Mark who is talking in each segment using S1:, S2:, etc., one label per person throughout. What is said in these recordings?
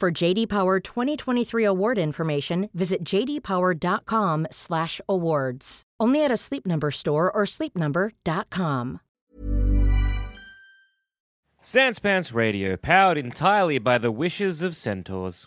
S1: For JD Power 2023 award information, visit jdpower.com/awards. Only at a Sleep Number store or sleepnumber.com.
S2: Sans Pants Radio, powered entirely by the wishes of centaurs.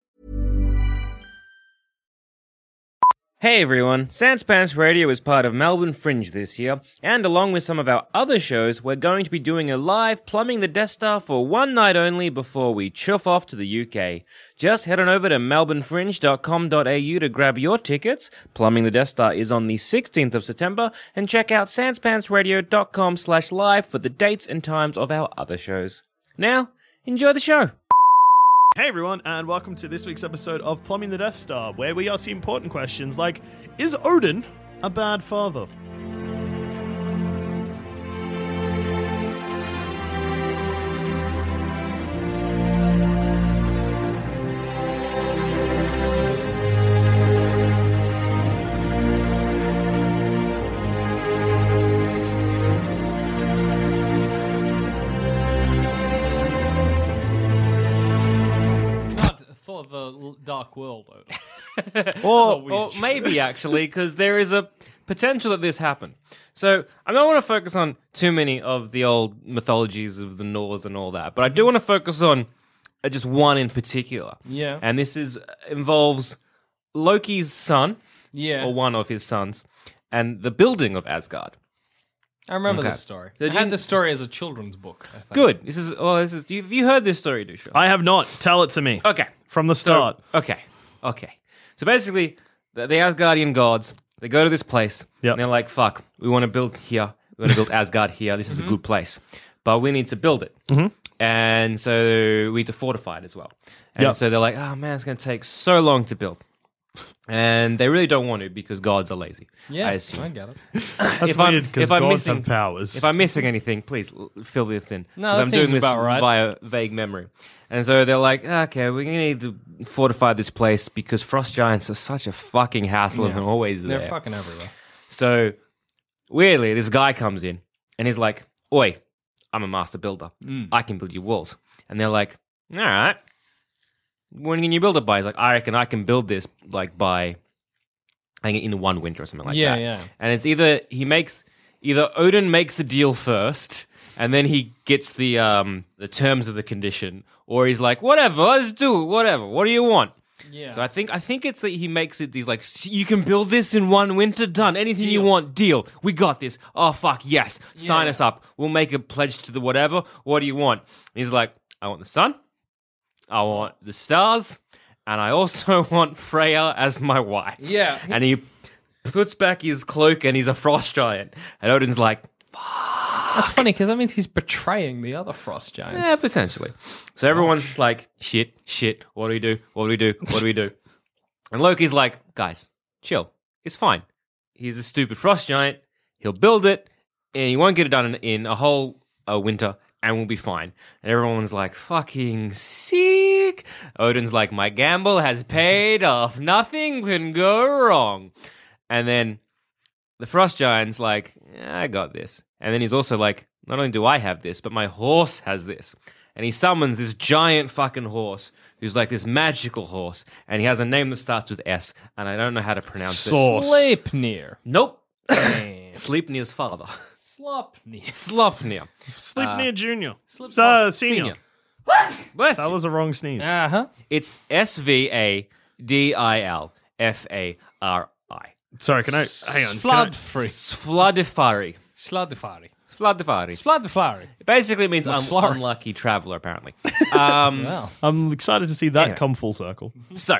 S2: Hey everyone, Sans Pants Radio is part of Melbourne Fringe this year, and along with some of our other shows, we're going to be doing a live Plumbing the Death Star for one night only before we chuff off to the UK. Just head on over to melbournefringe.com.au to grab your tickets. Plumbing the Death Star is on the 16th of September, and check out sanspantsradio.com slash live for the dates and times of our other shows. Now, enjoy the show!
S3: Hey everyone, and welcome to this week's episode of Plumbing the Death Star, where we ask the important questions like Is Odin a bad father?
S4: not full of a l- dark world. Odin.
S2: or,
S4: weird
S2: or
S4: choice.
S2: maybe actually because there is a potential that this happened so i don't want to focus on too many of the old mythologies of the norse and all that but i do want to focus on uh, just one in particular
S4: Yeah.
S2: and this is involves Loki's son,
S4: Yeah.
S2: or one of his sons, and the building of Asgard.
S4: I remember
S2: Okay.
S4: this story.
S2: So
S4: I
S2: do
S4: had
S2: you-
S4: this story as a children's book. I think.
S2: Good. This is. Oh, this is. You, you heard this story, Dusha?
S3: I have not. Tell it to me.
S2: Okay.
S3: From the
S2: So-
S3: start.
S2: okay. Okay. So basically, the, the Asgardian gods they go to this place.
S3: Yep.
S2: And they're like, "Fuck, we want to build here. We want to build Asgard here. This is
S3: Mm-hmm.
S2: a good place, but we need to build it." And so we need to fortify it as well. And
S3: Yep.
S2: so they're like, "Oh man, it's going to take so long to build." And they really don't want to because gods are lazy.
S4: Yeah,
S2: I
S4: I,
S2: assume.
S4: get it.
S3: That's
S2: if I'm-
S3: weird because
S2: if I'm
S3: gods
S2: missing-
S3: have powers.
S2: If I'm missing anything, please l- fill this in.
S4: No,
S2: 'cause
S4: that
S2: I'm doing
S4: seems
S2: this
S4: about right.
S2: via vague memory. And so they're like, okay, we're gonna need to fortify this place because frost giants are such a fucking hassle and they're always
S4: They're
S2: there.
S4: fucking everywhere.
S2: so weirdly, this guy comes in and he's like, "Oi, I'm a master builder.
S4: Mm.
S2: I can build you walls." And they're like, "All right, when can you build it by?" He's like, "I reckon I can build this like by, I think in one winter or something like
S4: Yeah,
S2: that."
S4: yeah.
S2: And it's either he makes either Odin makes the deal first. And then he gets the um, the terms of the condition, or he's like, "Whatever, let's do it. Whatever. What do you want?"
S4: Yeah.
S2: So I think I think it's that he makes it. He's like, "S- you can build this in one winter. Done. Anything you want. Deal. We got this. Oh fuck yes. Sign us up. We'll make a pledge to the whatever. What do you want? And he's like, I want the sun. I want the stars, and I also want Freya as my wife.
S4: Yeah.
S2: And he puts back his cloak, and he's a frost giant. And Odin's like,
S4: That's funny because that means he's betraying the other frost giants.
S2: Yeah, potentially. So everyone's like, shit, shit, what do we do? What do we do? What do we do? and Loki's like, guys, chill. It's fine. He's a stupid frost giant. He'll build it and he won't get it done in, in a whole uh, winter and we'll be fine. And everyone's like, fucking sick. Odin's like, my gamble has paid off. Nothing can go wrong. And then the frost giant's like, "Yeah, I got this. And then he's also like, not only do I have this, but my horse has this. And he summons this giant fucking horse who's like this magical horse. And he has a name that starts with S. And I don't know how to pronounce it.
S3: Sauce.
S4: Sleipnir.
S2: Nope. Sleipnir's father.
S4: Slopnir.
S2: Slopnir.
S3: Sleipnir Junior. Slip senior.
S2: uh, Senior. What? Bless
S3: That
S2: you.
S3: was a wrong sneeze.
S4: Uh huh.
S2: It's S V A D I L F A R I.
S3: Sorry, can I hang on? can I-
S4: Sladfri.
S2: Sladifari.
S4: Sladifari.
S2: Sladifari.
S4: Sladifari.
S2: Basically means un-
S4: Slurry.
S2: unlucky traveler, apparently. Um,
S4: Wow.
S3: I'm excited to see that
S2: Anyway.
S3: come full circle.
S2: So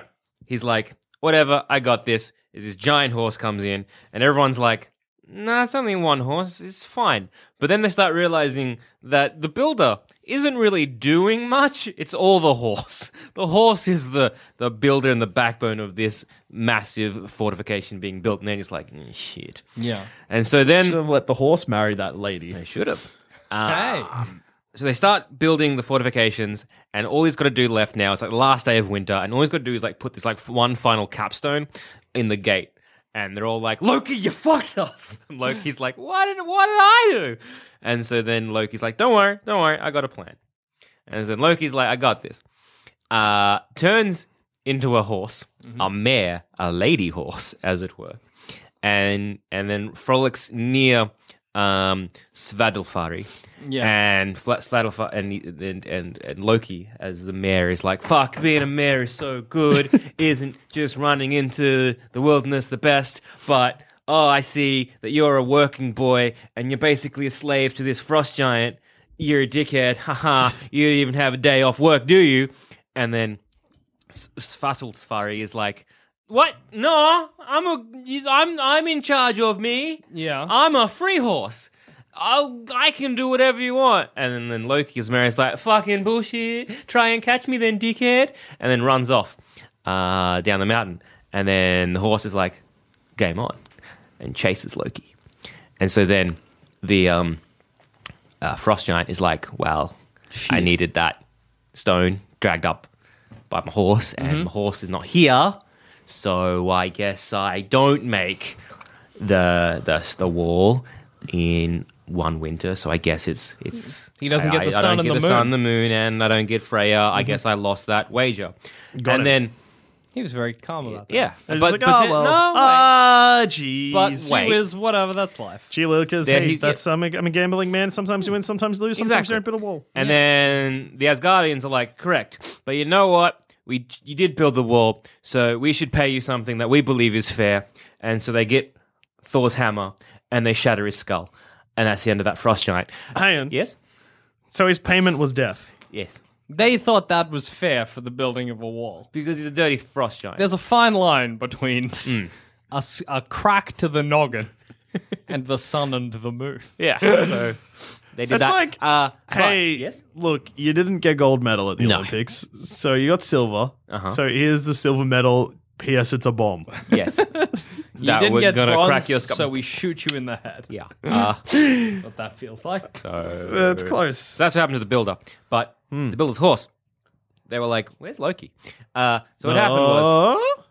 S2: he's like, whatever, I got this. As this giant horse comes in, and everyone's like, nah, it's only one horse, it's fine. But then they start realizing that the builder isn't really doing much, it's all the horse. The horse is the, the builder and the backbone of this massive fortification being built, and then he's like, "Mm, shit.
S4: Yeah.
S2: And so then.
S3: have let the horse marry that lady.
S2: They should have.
S4: Hey.
S2: Ah. So they start building the fortifications, and all he's got to do left now is like the last day of winter, and all he's got to do is like put this like f- one final capstone in the gate. And they're all like, Loki, you fucked us. And Loki's like, what did, what did I do? And so then Loki's like, don't worry, don't worry, I got a plan. And then Loki's like, I got this. Uh, turns into a horse, a mare, a lady horse, as it were. And and then frolics near um, Svadilfari.
S4: Yeah.
S2: And Fla- Svadilfari and, and and and Loki as the mare is like, fuck, being a mare is so good. Isn't just running into the wilderness the best, but oh, I see that you're a working boy and you're basically a slave to this frost giant. You're a dickhead. Haha. you don't even have a day off work, do you? And then Sfatulsfari is like, "What? No, I'm a, I'm, I'm in charge of me.
S4: Yeah.
S2: I'm a free horse. I'll, I can do whatever you want." And then, then Loki's Mary's like, "Fucking bullshit! Try and catch me, then, dickhead!" And then runs off uh, down the mountain. And then the horse is like, "Game on!" and chases Loki. And so then the um, uh, frost giant is like, well, I needed that stone dragged up by my horse, and my horse is not here, so I guess I don't make the the the wall in one winter. So I guess it's it's
S4: He doesn't
S2: I,
S4: get the
S2: I- I don't
S4: sun and
S2: get
S4: the
S2: sun,
S4: moon.
S2: the moon, and I don't get Freya. I guess I lost that wager,
S3: Got
S2: and
S3: it.
S2: then
S4: He was very calm about that.
S2: yeah,
S3: And it's
S2: but,
S3: like,
S2: but
S3: oh,
S2: then-
S3: well.
S2: no,
S3: ah,
S2: But
S3: jeez.
S2: wait.
S4: He was whatever. That's life.
S3: Gee Lucas,
S2: There
S3: hey,
S2: he's-
S3: that's I'm a, I'm a gambling man. Sometimes you win, sometimes you lose, sometimes
S2: Exactly.
S3: you're a bit of wall.
S2: And then the Asgardians are like, correct. But you know what? we you did build the wall, so we should pay you something that we believe is fair." And so they get Thor's hammer and they shatter his skull, and that's the end of that frost giant.
S3: Ian.
S2: Yes,
S3: So his payment was death.
S2: yes,
S4: They thought that was fair for the building of a wall.
S2: because he's a dirty frost giant.
S4: There's a fine line between
S2: Hmm.
S4: a, s- a crack to the noggin and the sun and the moon.
S2: yeah, so they did
S3: It's
S2: that.
S3: like,
S2: uh, but-
S3: Hey,
S2: yes,
S3: look, you didn't get gold medal at the
S2: No. Uh-huh.
S3: Olympics, so you got silver. So here's the silver medal. P.S. It's a bomb.
S2: yes.
S4: You
S2: That
S4: didn't
S2: we're
S4: get
S2: gonna
S4: bronze,
S2: crack your skull.
S4: so we shoot you in the head.
S2: yeah. Uh,
S4: What that feels like.
S3: That's close.
S2: So that's what happened to the builder. But the builder's horse, they were like, "Where's Loki?" Uh, so what happened was,
S3: Oh?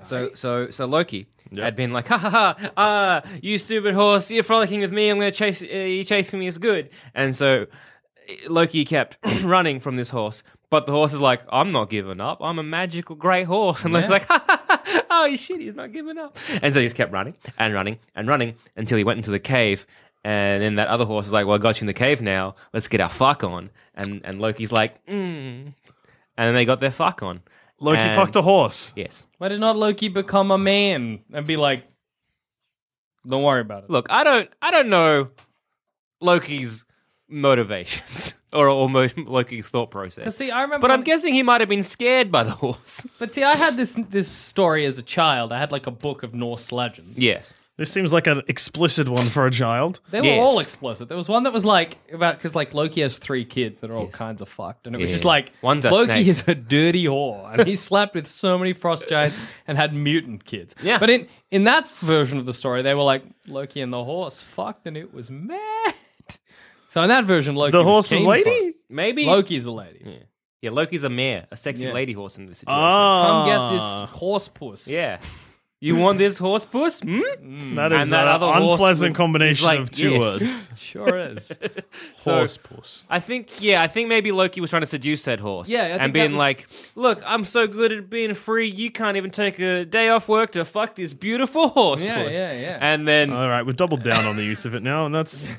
S2: so so so Loki had been like, "Ha ha ha! Ah, you stupid horse! You're frolicking with me. I'm going to chase. Uh, you chasing me is good." And so eh, Loki kept running from this horse, but the horse is like, "I'm not giving up. I'm a magical great horse." And Loki's like, "Ha ha ha! Oh he's shit! He's not giving up." And so he just kept running and running and running until he went into the cave. And then that other horse is like, "Well, I got you in the cave now. Let's get our fuck on." And and Loki's like, mm. and then they got their fuck on.
S3: Loki
S2: And-
S3: fucked a horse.
S2: Yes.
S4: Why did not Loki become a man and be like, don't worry about it?
S2: Look, I don't, I don't know Loki's motivations or, or mo- Loki's thought process.
S4: 'Cause see, I remember
S2: but I'm
S4: on-
S2: guessing he might have been scared by the horse.
S4: But see, I had this this story as a child. I had like a book of Norse legends.
S2: yes.
S3: This seems like an explicit one for a child.
S4: They were
S2: Yes.
S4: all explicit. There was one that was like about because like Loki has three kids that are all kinds of fucked, and it was
S2: Yeah.
S4: just like
S2: One's a
S4: Loki
S2: snake.
S4: is a dirty whore, and he slept with so many frost giants and had mutant kids.
S2: Yeah.
S4: but in in that version of the story, they were like Loki and the horse fucked, and it was mad. So in that version, Loki
S3: The
S4: was
S3: horse is
S4: king
S3: lady?
S2: Maybe.
S4: fuck. Loki's a lady.
S2: Yeah, Loki's a mare, a sexy lady horse in this situation.
S4: Come
S3: Ah,
S4: get this horse puss.
S2: Yeah. You want this horse puss? Hmm?
S3: that is
S2: And that
S3: an
S2: other horse
S3: unpleasant
S2: with-
S3: combination
S2: like,
S3: of two
S2: yes.
S3: words.
S4: sure is.
S2: So-
S3: horse puss.
S2: I think, yeah, I think maybe Loki was trying to seduce that horse.
S4: Yeah, I think
S2: and
S4: that
S2: being
S4: was-
S2: like, look, I'm so good at being free, you can't even take a day off work to fuck this beautiful horse
S4: Yeah,
S2: puss.
S4: yeah, yeah.
S2: And then
S3: All right, we've doubled down on the use of it now, and that's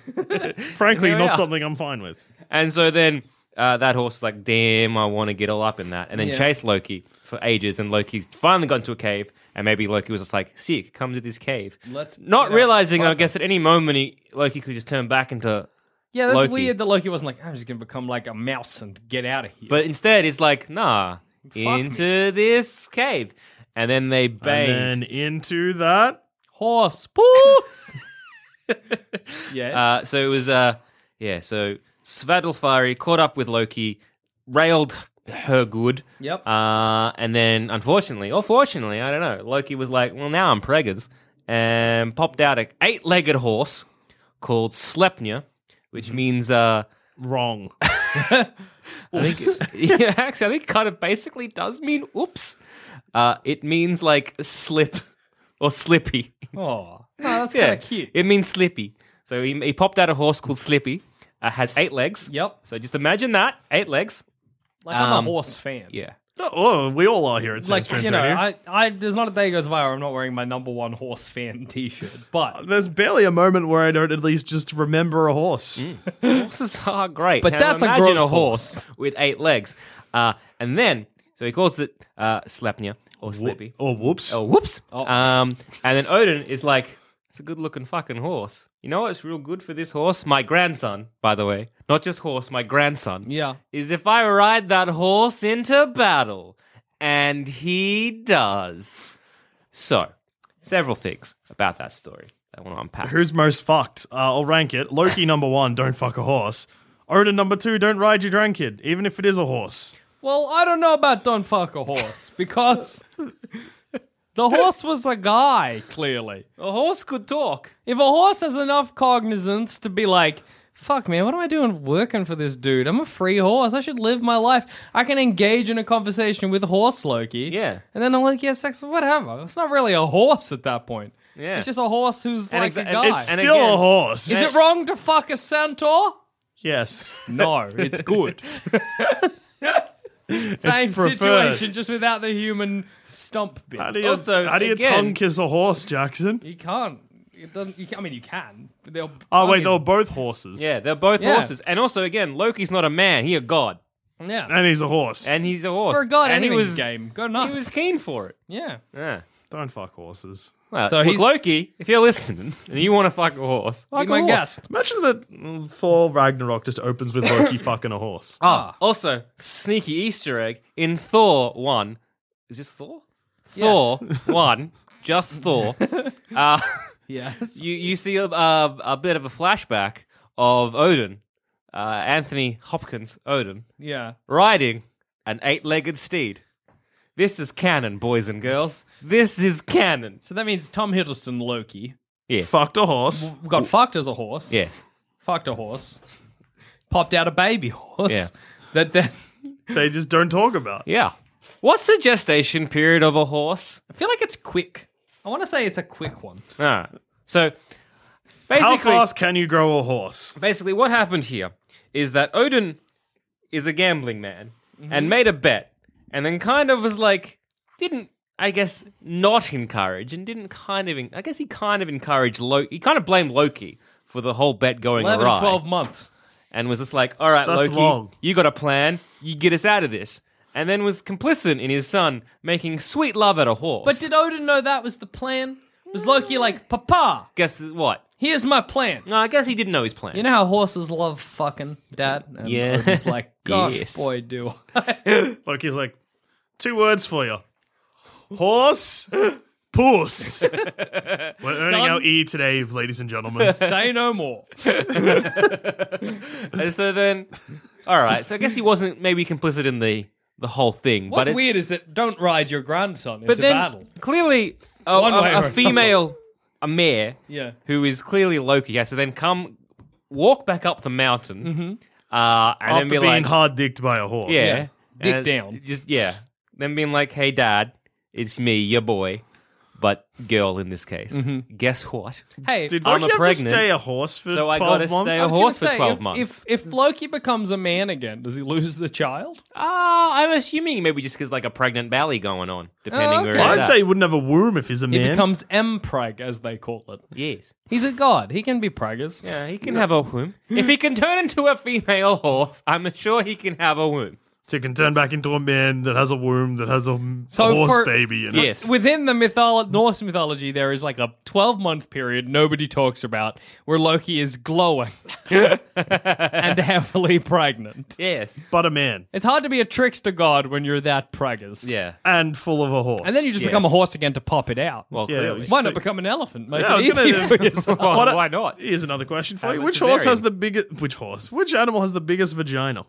S3: frankly
S2: There we
S3: not
S2: are.
S3: something I'm fine with.
S2: And so then uh, that horse was like, damn, I want to get all up in that. And then
S4: Yeah.
S2: chased Loki for ages. And Loki's finally got into a cave. And maybe Loki was just like, sick, come to this cave.
S4: Let's-
S2: Not
S4: yeah,
S2: realizing, I
S4: fuck
S2: guess, at any moment, he, Loki could just turn back into.
S4: Yeah, that's
S2: Loki.
S4: weird that Loki wasn't like, I'm just going to become like a mouse and get out of here.
S2: But instead, it's like, nah, into this cave. And then they banged.
S3: And then into that.
S4: horse, puss. yes.
S2: Uh, so it was, uh, yeah, so Svadilfari caught up with Loki, railed her good.
S4: Yep.
S2: Uh, and then, unfortunately, or fortunately, I don't know, Loki was like, well, now I'm preggers, and popped out a eight legged horse called Slepnia, which
S4: Mm-hmm.
S2: means, uh,
S3: Wrong.
S2: I think, yeah, actually, I think it kind of basically does mean oops. Uh, it means like slip or slippy.
S4: oh, oh, that's kind of cute.
S2: It means Slippy. So he, he popped out a horse called Slippy. Uh, has eight legs.
S4: Yep.
S2: So just imagine that eight legs.
S4: Like, I'm
S2: um,
S4: a horse fan.
S2: Yeah.
S3: oh, we all are here at
S4: Like,
S3: Sans
S4: you know, I, I, there's not a day goes by where I'm not wearing my number one horse fan t shirt.
S2: Uh,
S4: But
S3: There's barely a moment where I don't at least just remember a
S2: Mm.
S3: horse.
S2: Horses are great.
S4: But
S2: Now
S4: that's a
S2: imagine
S4: gross
S2: a horse, with eight legs. Uh, and then so he calls it uh, Slepnia or Slippy.
S3: Oh, whoops.
S2: Oh, whoops. Um, and then Odin is like, it's a good looking fucking horse. You know what's real good for this horse? My grandson, by the way. Not just horse, my grandson.
S4: Yeah.
S2: Is if I ride that horse into battle. And he does. So, several things about that story that I want to unpack.
S3: Who's most fucked? Uh, I'll rank it. Loki number one, don't fuck a horse. Odin number two, don't ride your grandkid, even if it is a horse.
S4: Well, I don't know about don't fuck a horse because the horse was a guy, clearly.
S2: a horse could talk.
S4: If a horse has enough cognizance to be like, fuck man, what am I doing working for this dude? I'm a free horse. I should live my life. I can engage in a conversation with horse Loki.
S2: Yeah.
S4: And then I'm like, yeah, sex, whatever. It's not really a horse at that point.
S2: Yeah.
S4: It's just a horse who's
S2: And
S4: like
S2: exa-
S4: a
S2: and
S4: guy.
S3: It's
S2: And
S3: still
S2: again-
S3: a horse.
S4: Is it wrong to fuck a centaur?
S3: Yes.
S4: No, it's good. Same
S3: preferred.
S4: situation, just without the human stump bit.
S3: How do you,
S2: Also,
S3: how do you
S2: again-
S3: tongue kiss a horse, Jackson?
S4: you can't. It doesn't. You can, I mean, you can. But they'll,
S3: Oh, wait,
S4: tongue
S3: they
S4: is
S3: were both horses.
S2: Yeah, they're both
S4: Yeah.
S2: horses. And also, again, Loki's not a man, he a god.
S4: Yeah.
S3: And he's a horse.
S2: And he's a horse.
S4: Forgot
S2: and he
S4: anything's
S2: was,
S4: game. Go
S2: He
S4: nuts.
S2: was keen for it.
S4: yeah.
S2: Yeah.
S3: Don't fuck horses.
S2: Well,
S4: So
S2: look,
S4: he's-
S2: Loki, if you're listening and you want to fuck a horse, fuck
S4: Be my
S2: a horse.
S4: guest.
S3: Imagine that mm, Thor Ragnarok just opens with Loki fucking a horse.
S2: Ah, also sneaky Easter egg in Thor one. Is this Thor? Thor one, just Thor. uh,
S4: Yes.
S2: you you see a, a, a bit of a flashback of Odin, uh, Anthony Hopkins Odin,
S4: yeah.
S2: riding an eight-legged steed. This is canon, boys and girls. This is canon.
S4: So that means Tom Hiddleston Loki
S2: Yes.
S3: Fucked a horse.
S4: got fucked as a horse.
S2: Yes.
S4: Fucked a horse. Popped out a baby horse.
S2: Yeah.
S4: That then
S3: They just don't talk about.
S2: Yeah. What's the gestation period of a horse?
S4: I feel like it's quick. I want to say it's a quick one.
S2: Ah. So basically
S3: How fast can you grow a horse?
S2: basically what happened here is that Odin is a gambling man and made a bet and then kind of was like didn't I guess not encourage and didn't kind of en- I guess he kind of encouraged Loki he kind of blamed Loki for the whole bet going
S4: 11
S2: awry
S4: to 12 months.
S2: and was just like all right
S3: That's
S2: Loki
S3: long.
S2: you got a plan you get us out of this and then was complicit in his son making sweet love at a horse
S4: But did Odin know that was the plan? Was Loki like, Papa,
S2: guess what
S4: here's my plan?
S2: no I guess he didn't know his plan
S4: You know how horses love fucking, Dad? And
S2: Yeah.
S4: Odin's like, gosh,
S2: Yes.
S4: boy, do
S3: Loki's like, two words for you horse, puss. We're earning
S4: Son.
S3: our E today, ladies and gentlemen.
S4: I. Say no more.
S2: And Uh, so then, all right. So I guess he wasn't maybe complicit in the the whole thing.
S4: What's
S2: but it's-
S4: weird is that don't ride your grandson into
S2: But then
S4: battle.
S2: clearly, a,
S4: One
S2: a-
S4: way
S2: a
S4: or
S2: female, a mare,
S4: Yeah.
S2: who is clearly Loki, has to then come walk back up the mountain,
S4: Mm-hmm.
S2: uh, and
S3: After
S2: then be
S3: being
S2: like,
S3: hard dicked by a horse.
S2: yeah,
S4: Dick
S2: and
S4: down.
S2: just yeah. Then being like, hey, dad, it's me, your boy, but girl in this case. Guess what?
S4: Hey,
S3: Did
S2: I'm
S3: Loki have
S2: pregnant,
S3: to stay a horse for
S2: so I
S3: 12
S2: gotta
S3: months?
S2: stay
S4: I
S2: a
S4: was gonna
S2: horse for
S4: say,
S2: 12
S4: if,
S2: months.
S4: If, if Loki becomes a man again, does he lose the child?
S2: Ah, I'm assuming maybe just because like a pregnant belly going on, depending where
S4: okay.
S2: it's
S3: I'd
S2: at.
S3: say he wouldn't have a womb if he's a
S4: He
S3: man.
S4: becomes M-Preg, as they call it.
S2: yes.
S4: He's a god. He can be preggers.
S2: Yeah, he can have a womb. If he can turn into a female horse, I'm sure he can have a womb.
S3: so you can turn back into a man that has a womb, that has a m-
S4: So
S3: horse
S4: for-
S3: baby. In
S2: Yes.
S4: Within the mytholo- Norse mythology, there is like a 12-month period nobody talks about where Loki is glowing and heavily pregnant.
S2: Yes.
S3: it, but a man.
S4: It's hard to be a trickster god when you're that preggers.
S2: Yeah.
S3: And full of a horse.
S4: And then you just
S2: Yes.
S4: become a horse again to pop it out.
S2: Well,
S3: Yeah,
S2: clearly.
S4: Why not become an elephant? Make
S3: Yeah, I
S4: it
S3: was
S4: easy
S3: gonna-
S4: for yourself.
S2: Well,
S3: What a-
S2: Oh, why not?
S3: Here's another question for
S2: Have
S3: you.
S2: a
S3: Which horse
S2: cesarean.
S3: has the biggest? Which horse? Which animal has the biggest vagina?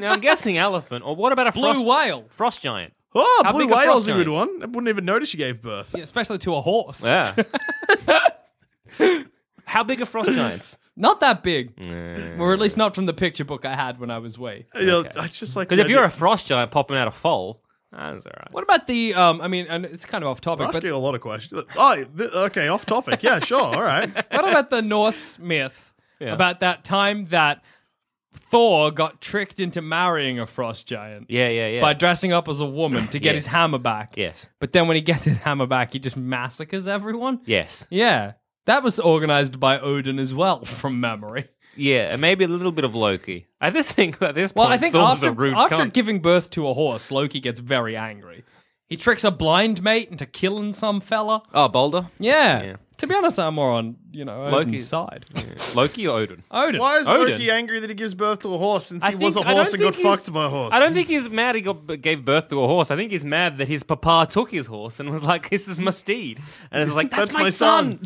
S2: Now, I'm guessing elephant. Or what about a
S4: Blue
S2: frost,
S4: whale.
S2: frost giant?
S3: Oh,
S2: How
S3: blue
S2: big are
S3: whale's a
S2: frost
S3: good
S2: giants?
S3: one. I wouldn't even notice she gave birth.
S4: Especially to a horse.
S2: Yeah. How big are frost giants?
S4: Not that big. Or at least not from the picture book I had when I was wee.
S3: You know, I just like
S2: Because if you're a frost giant popping out a foal, that's all right.
S4: What about the, um, I mean, and it's kind of off topic,
S3: We're
S4: but
S3: asking a lot of questions. Oh, th- okay, off topic. Yeah, sure. All right.
S4: what about the Norse myth about that time that Thor got tricked into marrying a frost giant
S2: Yeah, yeah, yeah.
S4: by dressing up as a woman to get
S2: Yes.
S4: his hammer back?
S2: yes.
S4: But then when he gets his hammer back, he just massacres everyone?
S2: Yes.
S4: Yeah. That was organized by Odin as well, from memory.
S2: Yeah, and maybe a little bit of Loki. I just think that this
S4: Well,
S2: point,
S4: I think
S2: Thor's a
S4: after,
S2: rude
S4: after
S2: cunt.
S4: giving birth to a horse, Loki gets very angry. He tricks a blind mate into killing some fella.
S2: Oh, Boulder?
S4: Yeah.
S2: Yeah.
S4: To be honest, I'm more on, you know, Odin's
S2: Loki's-
S4: side.
S2: Loki or Odin?
S4: Odin.
S3: Why is
S2: Odin.
S3: Loki angry that he gives birth to a horse since he
S2: I
S3: was a
S2: think- I don't
S3: horse and got
S2: think he's-
S3: fucked by a horse?
S2: I don't think he's mad he got, gave birth to a horse. I think he's mad that his papa took his horse and was like, "This is my steed," and it's like, "That's,
S3: That's
S2: my,
S3: my
S2: son."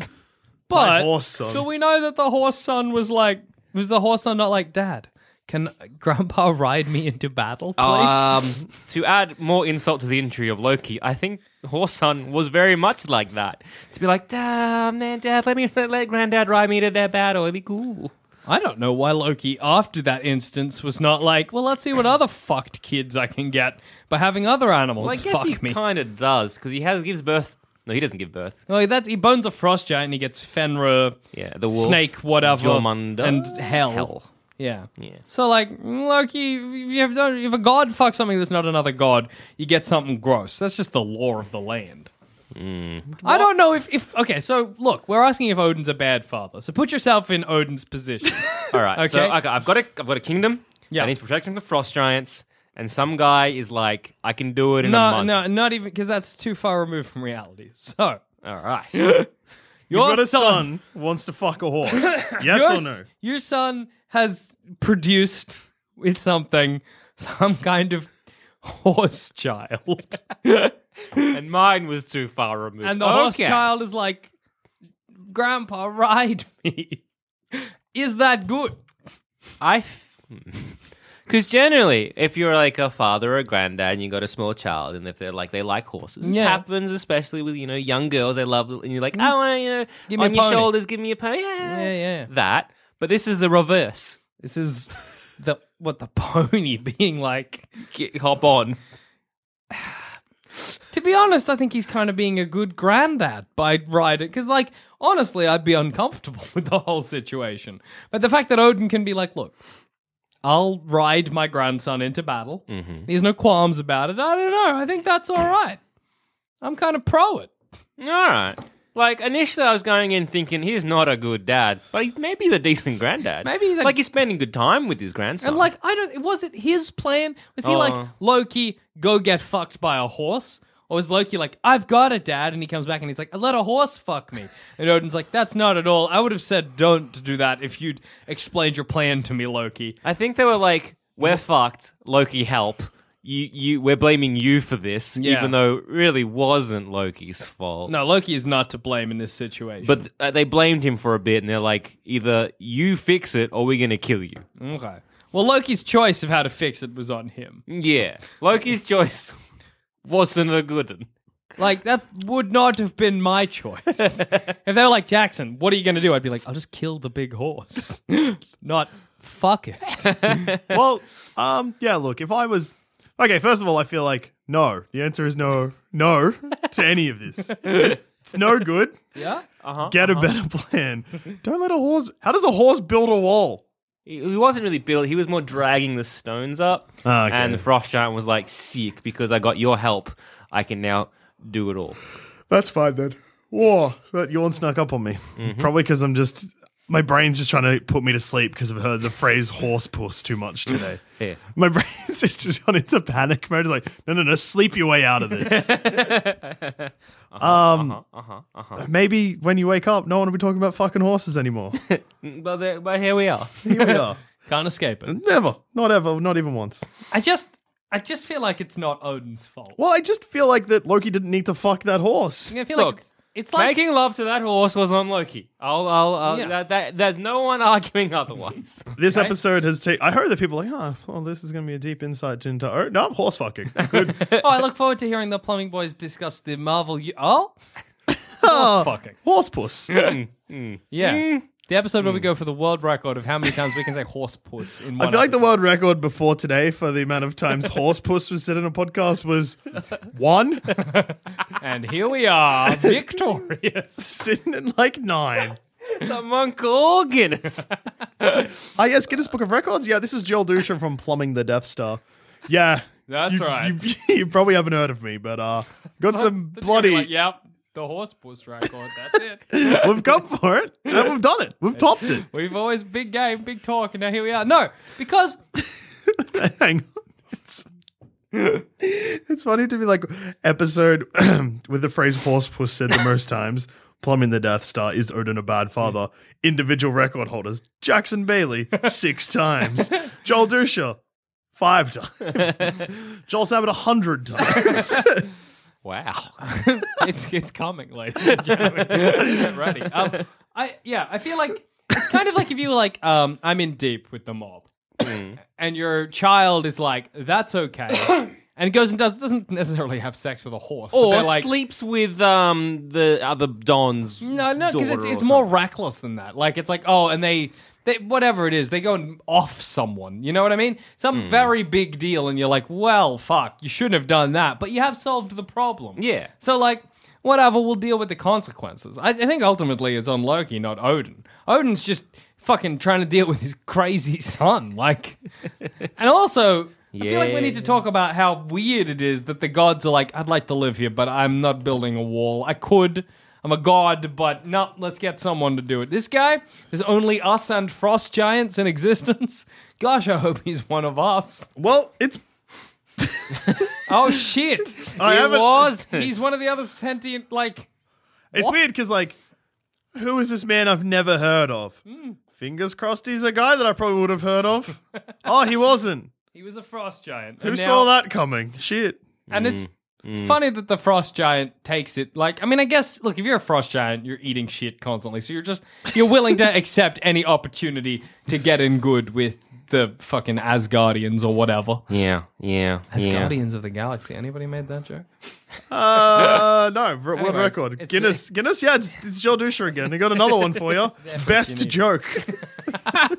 S4: But
S3: horse son.
S4: do we know that the horse son was like, was the horse son not like, Dad, can Grandpa ride me into battle, please?
S2: Um, to add more insult to the injury of Loki, I think horse son was very much like that. To be like, "Damn, man, Dad, let me let Granddad ride me to that battle. It'd be cool."
S4: I don't know why Loki, after that instance, was not like, well, let's see what other fucked kids I can get by having other animals
S2: Well, I guess
S4: fuck
S2: he
S4: me.
S2: kind of does because he has gives birth. No, he doesn't give birth.
S4: Well, that's he bones a frost giant and he gets Fenrir,
S2: Yeah, the wolf,
S4: snake, whatever,
S2: Jormungandr,
S4: and hell.
S2: Hell.
S4: Yeah.
S2: Yeah.
S4: So like Loki, if, you have, done- if a god fucks something that's not another god, you get something gross. That's just the law of the land.
S2: Hmm.
S4: I don't know if, if okay. So look, we're asking if Odin's a bad father. So put yourself in Odin's position.
S2: All right. So
S4: Okay.
S2: okay, I've got a I've got a kingdom.
S4: Yeah.
S2: And he's protecting the frost giants. and some guy is like, I can do it in a
S4: No,
S2: month.
S4: no, not even because that's too far removed from reality. So
S2: All right. Your
S3: Your got a son wants to fuck a horse. yes
S4: your,
S3: or
S4: s-
S3: no?
S4: your son has produced with something some kind of horse child,
S2: and mine was too far removed.
S4: and the horse
S2: Okay.
S4: child is like, "Grandpa, ride me." Is that good?
S2: I. Because generally, if you're like a father or a granddad and you got a small child, and if they're like they like horses, this
S4: Yeah. Mm.
S2: happens especially with you know young girls. They love and you're like, oh, well, you know,
S4: Give me
S2: on
S4: a
S2: your
S4: pony."
S2: shoulders, give me a pony. Yeah.
S4: Yeah, yeah.
S2: That. But this is the reverse.
S4: This is the what the pony being like.
S2: Get, hop on.
S4: To be honest, I think he's kind of being a good granddad by riding. Because, like, honestly, I'd be uncomfortable with the whole situation. But the fact that Odin can be like, look, I'll ride my grandson into battle. He has no qualms about it. I don't know. I think that's all right. I'm kind of pro it.
S2: All right. Like initially, I was going in thinking he's not a good dad, but he maybe he's a decent granddad.
S4: Maybe he's a-
S2: like he's spending good time with his grandson.
S4: And, like, I don't. Was it his plan? Was he like,
S2: Oh.
S4: Loki, go get fucked by a horse? Or was Loki like, I've got a dad? And he comes back and he's like, let a horse fuck me. And Odin's like, that's not at all. I would have said, don't do that if you'd explained your plan to me, Loki.
S2: I think they were like, "We're fucked, Loki, help." You, you, we're blaming you for this,
S4: Yeah.
S2: even though it really wasn't Loki's fault.
S4: No, Loki is not to blame in this situation.
S2: but uh, they blamed him for a bit, and they're like, "Either you fix it, or we're gonna kill you."
S4: okay. Well, Loki's choice of how to fix it was on him.
S2: Yeah, Loki's choice wasn't a good one.
S4: Like, that would not have been my choice. if they were like, Jackson, what are you going to do? I'd be like, I'll just kill the big horse. not fuck it.
S3: well, um, yeah, look, if I was. Okay, first of all, I feel like no. The answer is no, no to any of this. It's no good.
S4: Yeah?
S3: Get a better plan. Don't let a horse. How does a horse build a wall?
S2: He he wasn't really built. He was more dragging the stones up.
S3: Ah, okay.
S2: And the frost giant was like, "Sick, because I got your help, I can now do it all."
S3: That's fine then. Whoa, that yawn snuck up on me. Probably because I'm just. My brain's just trying to put me to sleep because I've heard the phrase horse puss too much today.
S2: Yes.
S3: My brain's just gone into panic mode. It's like, no, no, no, sleep your way out of this. um, Maybe when you wake up, no one will be talking about fucking horses anymore.
S2: But, there- but here we are.
S3: Here we are.
S4: Can't escape it.
S3: Never. Not ever. Not even once.
S4: I just I just feel like it's not Odin's fault.
S3: Well, I just feel like that Loki didn't need to fuck that horse.
S4: I feel
S2: Look,
S4: like it's, it's like
S2: making love to that horse was on Loki. I'll, I'll, I'll
S4: Yeah.
S2: that, that, there's no one arguing otherwise.
S3: This episode has taken. I heard that people are like, oh, well, this is going to be a deep insight into. Oh, no, I'm horse fucking. Good.
S4: oh, I look forward to hearing the plumbing boys discuss the Marvel U- oh
S3: horse
S4: fucking.
S3: Horse puss. I
S4: yeah.
S2: Mm.
S4: The episode where we go for the world record of how many times we can say horse puss in one
S3: feel like the
S4: episode.
S3: world record before today for the amount of times horse puss was said in a podcast was one,
S4: And here we are, victorious.
S3: sitting at like nine.
S2: Someone call Guinness.
S3: Ah, yes, Guinness Book of Records. Yeah, this is Joel Dushan from Plumbing the Death Star. Yeah.
S4: That's
S3: you,
S4: right.
S3: You, you probably haven't heard of me, but uh, got some bloody.
S4: Like, yep. The horse puss record, that's it.
S3: We've come for it, and we've done it. We've topped it.
S4: We've always big game, big talk, and now here we are. No, because
S3: Hang on. It's, it's funny to be like episode with the phrase horse puss said the most times. Plumbing the Death Star is Odin a bad father. Individual record holders Jackson Bailey six times, Joel Dusha five times, Joel Sabat a hundred times.
S2: wow.
S4: it's it's coming, ladies and gentlemen. Get ready. Um, I yeah, I feel like it's kind of like if you were like, um, I'm in deep with the mob, and your child is like, that's okay, and goes and does doesn't necessarily have sex with a horse, but
S2: Or
S4: they're like.
S2: sleeps with um the other Don's.
S4: no, no, because it's,
S2: daughter
S4: it's
S2: or
S4: more reckless than that. Like it's like oh, and they, they whatever it is, they go and off someone. You know what I mean?
S2: Hmm.
S4: Some very big deal, and you're like, well, fuck, you shouldn't have done that, but you have solved the problem.
S2: Yeah.
S4: So like, whatever, we'll deal with the consequences. I, I think ultimately it's on Loki, not Odin. Odin's just fucking trying to deal with his crazy son. Like, and also. I feel like we need to talk about how weird it is that the gods are like, I'd like to live here, but I'm not building a wall. I could. I'm a god, but no, let's get someone to do it. This guy, there's only us and frost giants in existence. Gosh, I hope he's one of us.
S3: Well, it's
S4: Oh shit!
S3: I
S4: he
S3: haven't-
S4: was. He's one of the other sentient. Like
S3: It's
S4: What?
S3: weird because like, who is this man I've never heard of?
S4: Hmm.
S3: Fingers crossed, he's a guy that I probably would have heard of. oh, he wasn't.
S4: he was a frost giant.
S3: Who
S4: and now-
S3: saw that coming? Shit.
S4: And it's funny that the frost giant takes it. Like I mean, I guess look, if you're a frost giant, you're eating shit constantly, so you're just you're willing to accept any opportunity to get in good with the fucking Asgardians or whatever.
S2: Yeah, yeah, yeah.
S4: Asgardians of the galaxy. Anybody made that joke?
S3: Uh, no, v- world
S4: Anyways,
S3: record.
S4: it's
S3: Guinness, Guinness, yeah, it's, it's Joe Dusher again. I got another one for you. Best joke.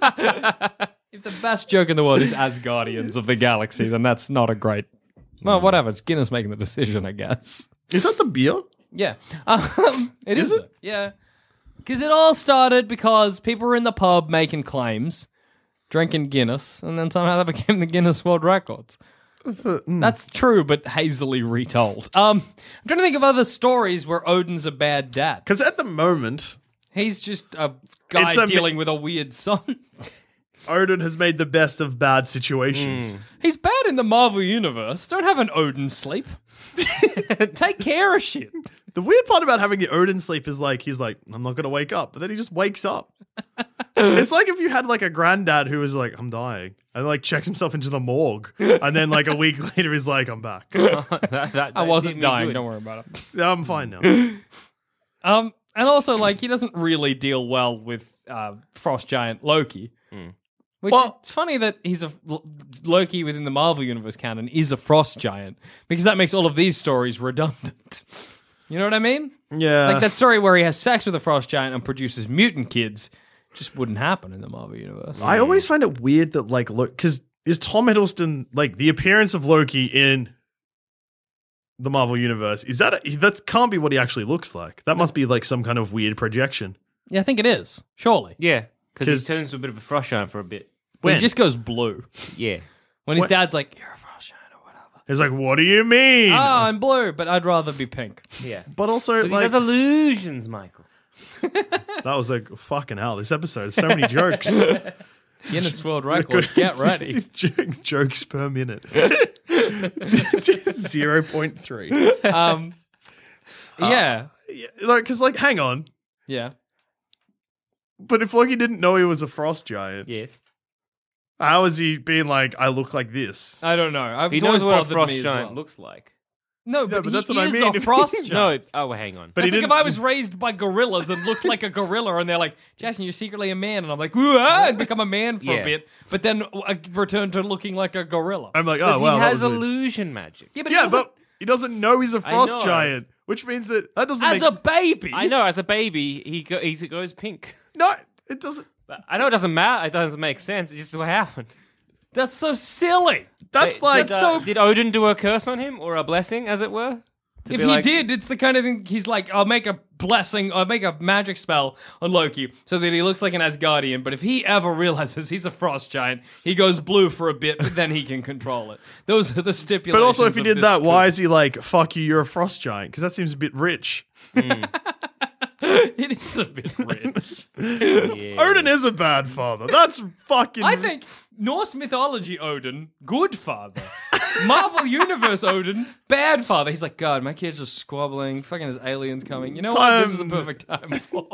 S4: If the best joke in the world is Asgardians of the galaxy, then that's not a great. Well, whatever. It's Guinness making the decision, I guess.
S3: Is that the beer?
S4: Yeah. Um, it is. though. Yeah. Because it all started because people were in the pub making claims, drinking Guinness, and then somehow that became the Guinness World Records.
S3: hmm.
S4: That's true, but hazily retold. Um, I'm trying to think of other stories where Odin's a bad dad.
S3: Because at the moment,
S4: He's just a guy
S3: It's a mi-
S4: dealing with a weird son.
S3: Odin has made the best of bad situations.
S4: He's bad in the Marvel universe. Don't have an Odin sleep. Take care of shit.
S3: The weird part about having the Odin sleep is like he's like, I'm not gonna wake up, but then he just wakes up. it's like if you had like a granddad who was like, I'm dying, and like checks himself into the morgue, and then like a week later he's like, I'm back,
S4: I wasn't dying. Don't worry about it.
S3: I'm fine now.
S4: Um, and also, like, he doesn't really deal well with uh, Frost Giant Loki. Which
S3: Well-
S4: it's funny that he's a Loki within the Marvel Universe canon is a Frost Giant because that makes all of these stories redundant. You know what I mean?
S3: Yeah,
S4: Like that story where he has sex with a Frost Giant and produces mutant kids just wouldn't happen in the Marvel Universe.
S3: I
S2: Mm.
S3: always find it weird that like look because is Tom Hiddleston like the appearance of Loki in the Marvel universe? Is that a, that can't be what he actually looks like? That must be like some kind of weird projection.
S4: yeah, I think it is. Surely.
S2: Yeah, because
S3: 'Cause-
S2: he turns into a bit of a frost giant for a bit.
S4: But
S3: When?
S4: he just goes blue.
S2: Yeah.
S4: When his
S3: What-
S4: dad's like, You're a Frost Giant or whatever.
S3: He's like, what do you mean?
S4: Oh, I'm blue, but I'd rather be pink.
S2: Yeah.
S3: but also,
S2: Ah. He
S3: like,
S2: does illusions, Michael.
S3: that was like fucking hell. This episode, so many jokes,
S4: Guinness World Records, get ready.
S3: J- jokes per minute, zero point three.
S4: um,
S2: Ah.
S4: yeah,
S3: Yeah, like, because like, hang on,
S4: yeah.
S3: but if Loki didn't know he was a frost giant,
S2: Yes.
S3: how is he being like, I look like this?
S2: Ah.
S4: I don't know. I've
S2: He
S4: it's always
S2: knows what a
S4: bothered
S2: frost
S4: me as
S2: giant
S4: well.
S2: looks like.
S4: No, but,
S3: but that's
S4: he
S3: what I
S4: is
S3: mean.
S4: A frost giant.
S2: No. Oh, well, hang on.
S3: But
S4: I
S3: he
S4: think if
S3: didn't-
S4: I was raised by gorillas and looked like a gorilla, and they're like, "Jackson, you're secretly a man," and I'm like, "Whoa," and become a man for
S2: Yeah.
S4: a bit, but then uh, return to looking like a gorilla.
S3: I'm like,
S2: Because
S3: oh well,
S2: he
S3: that
S2: has
S3: was weird.
S2: illusion magic.
S4: yeah, but, he
S3: yeah,
S4: doesn't-
S3: but he doesn't know he's a frost
S2: know.
S3: giant, which means that that doesn't
S4: as
S3: make
S4: a baby,
S2: I know. As a baby, he go, he goes pink.
S3: no. It doesn't.
S2: But I know it doesn't matter. It doesn't make sense. It's just what happened.
S4: that's so silly.
S3: That's
S2: Did,
S3: like
S2: uh, did Odin do a curse on him or a blessing, as it were? To
S4: if
S2: be
S4: he
S2: like-
S4: did, it's the kind of thing he's like, I'll make a blessing, I'll make a magic spell on Loki so that he looks like an Asgardian. But if he ever realizes he's a frost giant, he goes blue for a bit, but then he can control it. Those are the stipulations.
S3: But also, if he
S4: of
S3: did
S4: this
S3: that, why is he
S4: script.
S3: like, fuck you, you're a frost giant? Because that seems a bit rich.
S4: it is a bit rich.
S3: Odin is a bad father. That's fucking.
S4: I think Norse mythology Odin, good father. Marvel Universe Odin, bad father. He's like, God, my kid's just squabbling. Fucking there's aliens coming. You know what? This is the
S3: Time.
S4: perfect time for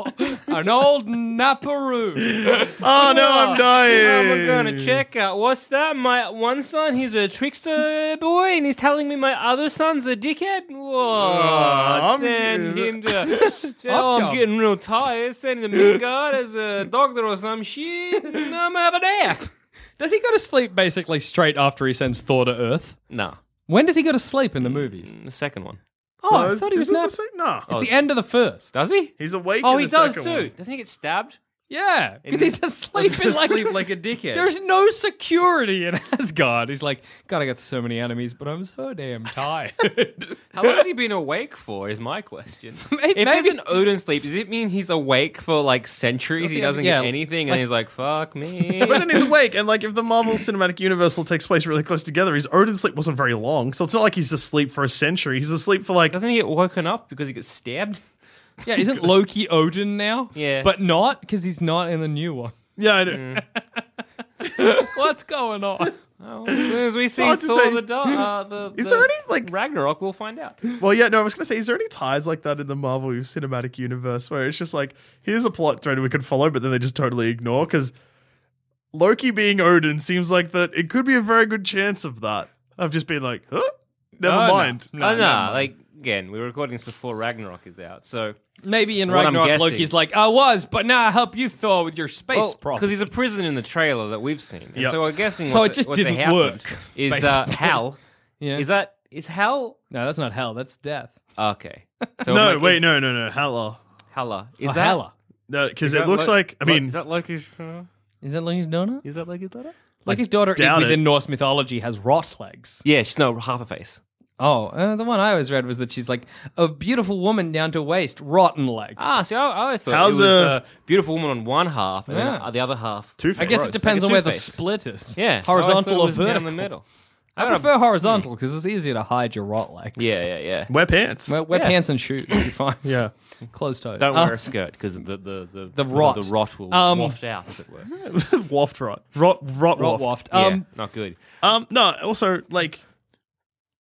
S4: an old Naparoo.
S3: Oh no, I'm dying.
S2: I'm gonna check out. What's that? My one son, he's a trickster boy, and he's telling me my other son's a dickhead.
S4: Oh,
S2: Whoa!
S3: I'm-
S2: send him to. oh, I'm
S4: job.
S2: getting real tired. Send him to God as a doctor or some shit. and I'm gonna have a nap.
S4: Does he go to sleep basically straight after he sends Thor to Earth?
S2: No,
S4: When does he go to sleep in the movies?
S2: the second one.
S4: Oh, I
S3: No,
S4: thought he was
S3: isn't
S4: Oh.
S3: it the
S4: nap-
S3: same- No.
S4: It's the end of the first.
S2: Oh. Does he?
S3: He's awake.
S2: oh,
S3: in
S2: he
S3: the
S2: does too.
S3: second one.
S2: Doesn't he get stabbed?
S4: Yeah, because he's asleep in like,
S2: Asleep like a dickhead.
S4: There's no security in Asgard. He's like, God, I got so many enemies, but I'm so damn tired.
S2: How long has he been awake for? Is my question.
S4: Maybe-
S2: if he's
S4: maybe-
S2: an Odin sleep, does it mean he's awake for like centuries?
S4: Does he
S2: he
S4: have-
S2: doesn't
S4: yeah,
S2: get anything,
S4: like-
S2: and he's like, "Fuck me."
S3: But then he's awake, and like if the Marvel Cinematic Universe all takes place really close together, his Odin's sleep wasn't very long, so it's not like he's asleep for a century. He's asleep for like
S2: Doesn't he get woken up because he gets stabbed?
S4: yeah, isn't Loki Odin now?
S2: Yeah.
S4: but not because he's not in the new one.
S3: yeah, I know.
S4: What's going on?
S2: as soon as we see
S3: hard to
S2: Thor
S3: say.
S2: the, do- uh, the,
S3: Is
S2: the
S3: there any, like-
S2: Ragnarok, we'll find out. Uh,
S3: Well, yeah, no, I was gonna say, is there any ties like that in the Marvel Cinematic Universe where it's just like, here's a plot thread we could follow, but then they just totally ignore because Loki being Odin seems like that it could be a very good chance of that. I've just been like, huh? Never
S4: Oh, no.
S3: mind.
S4: No,
S2: oh,
S4: never
S2: no,
S4: mind.
S2: like, again, we were recording this before Ragnarok is out, so...
S4: Maybe in
S2: What I'm
S4: Ragnarok,
S2: guessing-
S4: Loki's like, I was, but now I help you, Thor, with your space problem.
S2: Because he's a prison in the trailer that we've seen. And
S3: Yep.
S2: So I'm guessing
S4: So
S2: what's-
S4: it just
S2: what's
S4: didn't
S2: happened
S4: work,
S2: Is uh,
S4: basically.
S2: Hal...
S4: Yeah.
S2: Is that... Is Hal...
S4: no, that's not hell. That's death.
S2: Okay. So
S3: No,
S2: I'm like,
S3: wait,
S2: is,
S3: no, no, no, Hella.
S2: Hella. Is
S4: Oh,
S2: that...
S4: Hela.
S3: No, because
S2: Is
S3: it
S2: that
S3: looks
S2: Lo-
S3: like, I
S2: Lo-
S3: mean,
S2: is that Loki's... Uh,
S4: Is that Loki's daughter?
S2: is that Loki's daughter?
S4: Loki's daughter in,
S3: doubt it.
S4: within Norse mythology has rot legs.
S2: Yeah, she's no half a face.
S4: Oh, uh, the one I always read was that she's like a beautiful woman down to waist, rotten legs.
S2: Ah, see, I, I always thought
S3: How's
S2: it was a
S3: a-
S2: beautiful woman on one half and then
S4: Yeah.
S2: uh, the other half.
S3: Two-Face.
S4: I guess
S3: Gross.
S4: it depends
S2: Like
S4: on
S2: a
S4: where the
S2: toothpaste.
S4: split is.
S2: Yeah, so I always thought
S4: horizontal
S2: it
S4: or
S2: was down
S4: vertical.
S2: the middle.
S4: I
S2: don't
S4: prefer horizontal because it's easier to hide your rot legs.
S2: Yeah, yeah, yeah.
S3: wear pants.
S4: Wear, wear
S2: Yeah.
S4: pants and shoes. You're fine.
S3: yeah.
S4: Closed toed.
S2: Don't
S4: Uh,
S2: wear a skirt because the the the,
S4: The rot.
S2: the, rot will
S4: Um,
S2: waft out, as it were.
S3: waft rot. Rot, rot,
S4: rot
S3: waft.
S4: waft. Um,
S2: yeah, not good.
S3: Um, no, also like,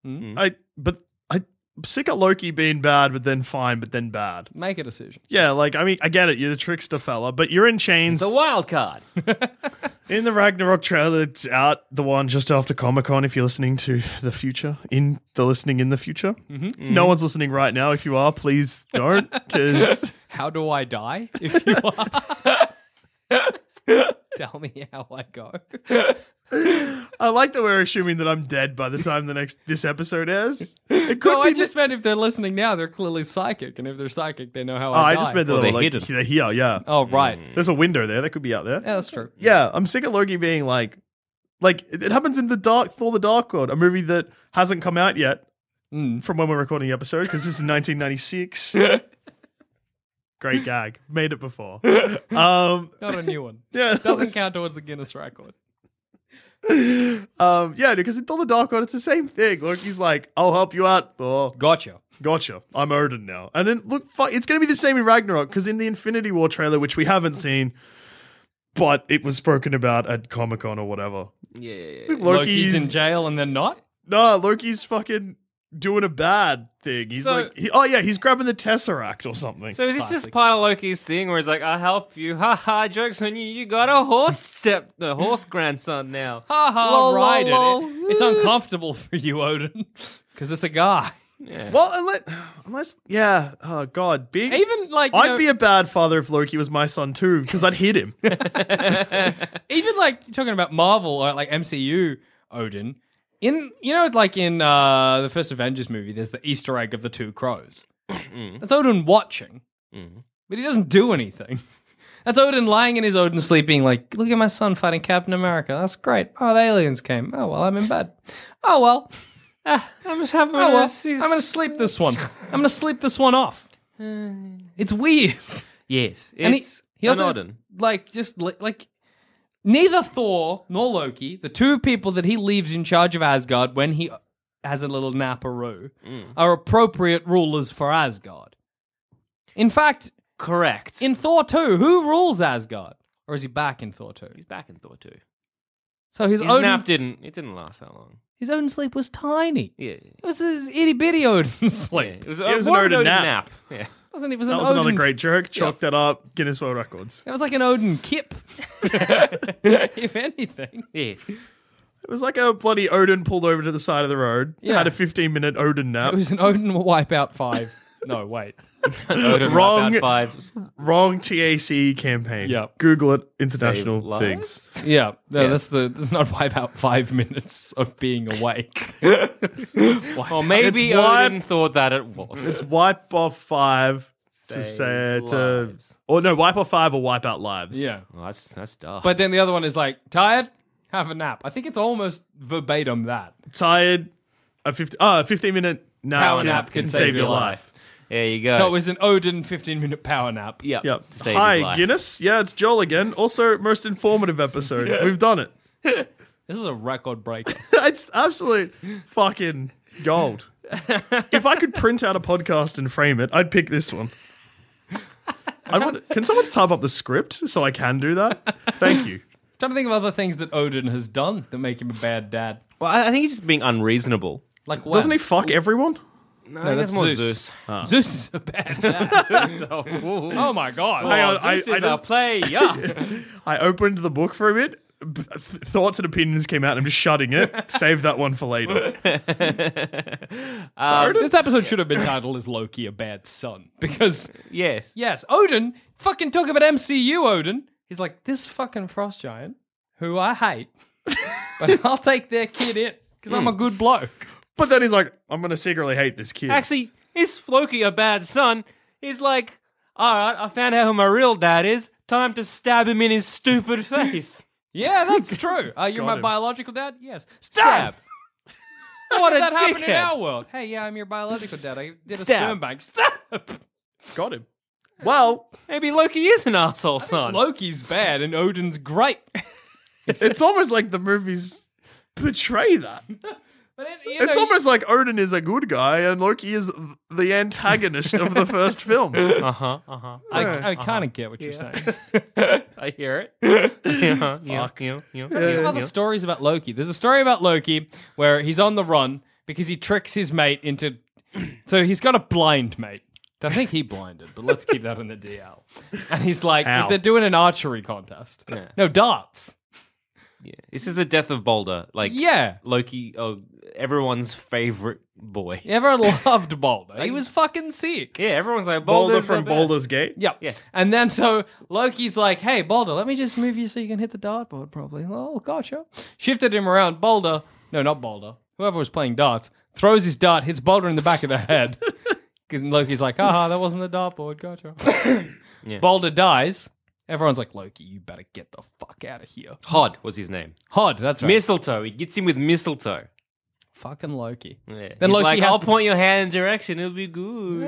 S2: Hmm?
S3: I but I I'm sick of Loki being bad, but then fine, but then bad.
S4: Make a decision.
S3: Yeah, like I mean, I get it. You're the trickster fella, but you're in chains.
S2: The wild card.
S3: in the Ragnarok trailer, it's out the one just after Comic Con. If you're listening to the future, in the listening in the future,
S2: Mm-hmm.
S3: no one's listening right now. If you are, please don't, because
S4: How do I die? If you are. Tell me how I go.
S3: I like that we're assuming that I'm dead by the time the next this episode airs. It could
S4: No,
S3: be
S4: I just meant if they're listening now, they're clearly psychic, and if they're psychic, they know how
S3: Oh,
S4: I
S3: I
S4: die.
S3: just meant that
S2: Well,
S3: they
S2: they're
S3: were, like,
S2: hidden.
S3: they're here. Yeah,
S4: Oh, right.
S3: there's a window there. They could be out there.
S4: Yeah, that's true.
S3: Yeah, I'm sick of Loki being like, like it it happens in the Dark Thor: The Dark World, a movie that hasn't come out yet from when we're recording the episode because this is 1996. Great gag, made it before. Um,
S4: Not a new one.
S3: yeah,
S4: Doesn't count towards the Guinness record.
S3: um, yeah, because in Thor: The Dark World, it's the same thing. Loki's like, "I'll help you out, Thor."
S4: Gotcha.
S3: Gotcha. I'm Odin now. And then look, fu- it's going to be the same in Ragnarok because in the Infinity War trailer, which we haven't seen, but it was spoken about at Comic Con or whatever.
S2: Yeah, yeah, yeah.
S3: Loki's,
S4: Loki's in jail and then not.
S3: No, Loki's fucking doing a bad thing. He's
S2: So-
S3: like, he, oh yeah, he's grabbing the tesseract or something.
S2: So is this just part of Loki's thing, where he's like, "I help you, ha ha." Jokes on you. You got a horse step, the horse grandson now.
S4: Ha ha,
S2: Lol,
S4: ride
S2: lol,
S4: it.
S2: lol.
S4: It's uncomfortable for you, Odin, because it's a guy.
S3: well, unless, unless, yeah, oh god, being
S4: Even like you
S3: I'd
S4: know,
S3: be a bad father if Loki was my son too, because I'd hit him.
S4: even like talking about Marvel or like MCU Odin. In you know like in uh, the first Avengers movie, there's the Easter egg of the two crows.
S2: Mm-hmm.
S4: That's Odin watching, but he doesn't do anything. That's Odin lying in his Odin sleep, being like, "Look at my son fighting Captain America. That's great. Oh, the aliens came. Oh well, I'm in bed. Oh well,
S2: I'm just having.
S4: oh
S2: a-
S4: well. I'm
S2: he's-
S4: gonna sleep this one. I'm gonna sleep this one off. It's weird.
S2: Yes, it's
S4: And he, he also
S2: an Odin.
S4: like just li- like neither Thor nor Loki, the two people that he leaves in charge of Asgard when he has a little naparoo, are appropriate rulers for Asgard. In fact,
S2: Correct.
S4: in Thor two, who rules Asgard? Or is he back in Thor two?
S2: he's back in Thor too.
S4: So his,
S2: His
S4: Odin,
S2: nap didn't. It didn't last that long.
S4: his own sleep was tiny.
S2: Yeah, yeah,
S4: It was his itty bitty Odin
S2: yeah.
S4: sleep.
S2: It was,
S3: It was
S2: more
S3: an
S2: of
S3: Odin nap.
S2: Yeah.
S4: wasn't it? it was
S3: That
S4: an
S3: was another
S4: Odin-
S3: great joke. Chalk that up. Guinness World Records.
S4: It was like an Odin kip, if anything.
S2: Yes.
S3: It was like a bloody Odin pulled over to the side of the road.
S4: Yeah.
S3: had a 15 minute Odin nap.
S4: It was an Odin Wipeout 5. No, wait.
S2: Odin
S3: Wrong.
S2: Wrong. Five.
S3: Wrong TAC campaign.
S4: Yep.
S3: Google it.
S2: Save
S3: International
S2: lives?
S3: things.
S4: Yeah, no,
S2: Yeah.
S4: that's the that's not Wipeout 5 minutes of being awake.
S2: Or maybe
S3: It's why-
S2: Odin thought that it was.
S3: It's wipe off five to
S2: Save
S3: say to
S2: lives.
S3: or no wipe off five or wipe out lives.
S4: yeah.
S2: Well, that's that's tough.
S4: But then the other one is like, tired? Have a nap. I think it's almost verbatim that.
S3: tired. A 50, oh, a 15 minute nap,
S4: Power
S3: can,
S4: nap
S3: can, save your life.
S2: there you go.
S4: So it was an Odin 15 minute power nap.
S2: Yep.
S3: Yep.
S2: to save his
S3: Hi,
S2: life.
S3: Guinness. Yeah, it's Joel again. Also, most informative episode. We've done it.
S4: This is a record breaker.
S3: It's absolute fucking gold. if I could print out a podcast and frame it, I'd pick this one. I would, can someone type up the script so I can do that? Thank you.
S4: Trying to think of other things that Odin has done that make him a bad dad.
S5: Well, I I think he's just being unreasonable.
S4: Like what?
S3: Doesn't he fuck everyone?
S5: No,
S4: No, that's
S5: more
S4: Zeus.
S5: Zeus.
S4: Zeus. is a bad dad. Zeus- oh, oh my god!
S3: Hang on,
S4: Zeus
S3: I-
S4: is
S3: I
S4: a
S3: just-
S4: player.
S3: I opened the book for a bit. b- th- Thoughts and opinions came out. And I'm just shutting it. Save that one for later. Um,
S4: this episode should have been titled "Is Loki a Bad Son?" Because
S2: Yes.
S4: yes, Odin fucking talk about MCU. Odin, he's like this fucking frost giant who I hate, but I'll take their kid in because
S3: Hmm.
S4: I'm a good bloke.
S3: But then he's like, I'm gonna secretly hate this kid.
S2: Actually, is Floki a bad son? He's like, all right, I found out who my real dad is. Time to stab him in his stupid face.
S4: Yeah, that's true. Are you
S3: Got
S4: my
S3: him.
S4: biological dad? Yes.
S2: Stab!
S4: What
S2: a
S4: did that happen in
S2: dickhead.
S4: our world? Hey, yeah, I'm your biological dad. I did a
S2: Stab.
S4: sperm bank. Stop.
S3: got him. Well,
S2: Maybe Loki is an asshole son.
S4: Loki's bad and Odin's great.
S3: it's almost like the movies portray that.
S4: But it, you
S3: It's
S4: know,
S3: almost like Odin is a good guy and Loki is th- the antagonist of the first film.
S2: uh huh. Uh huh.
S4: I, I
S3: Uh-huh.
S4: kind of get what you're saying.
S2: I hear it. yeah, yeah, yeah, yeah,
S4: Think of
S2: yeah,
S4: other stories about Loki. There's a story about Loki where he's on the run because he tricks his mate into. So he's got a blind mate. I think he blinded, but let's keep that in the DL. And he's like,
S3: Ow.
S4: they're doing an archery contest. No, darts.
S2: yeah. This is the death of Boulder. Like,
S4: Yeah.
S2: Loki, oh, everyone's favorite boy.
S4: Everyone loved Boulder. He was fucking sick.
S2: Yeah, everyone's like
S3: Boulder
S2: Boulder's
S3: from
S2: the best."
S3: Boulder's Gate.
S4: Yep.
S2: Yeah.
S4: And then so Loki's like, hey, Boulder, let me just move you so you can hit the dartboard probably. Oh, gotcha. Shifted him around. Boulder, no, not Boulder, whoever was playing darts, throws his dart, hits Boulder in the back of the head. And Loki's like, aha, that wasn't the dartboard. Gotcha. Boulder dies. Everyone's like, Loki, you better get the fuck out of here.
S2: Hod was his name.
S4: Hod, that's right.
S2: Mistletoe. He gets him with mistletoe.
S4: fucking Loki.
S2: Yeah. He's
S4: Then Loki
S2: like,
S4: has
S2: I'll
S4: to-
S2: point your hand in direction. It'll be good.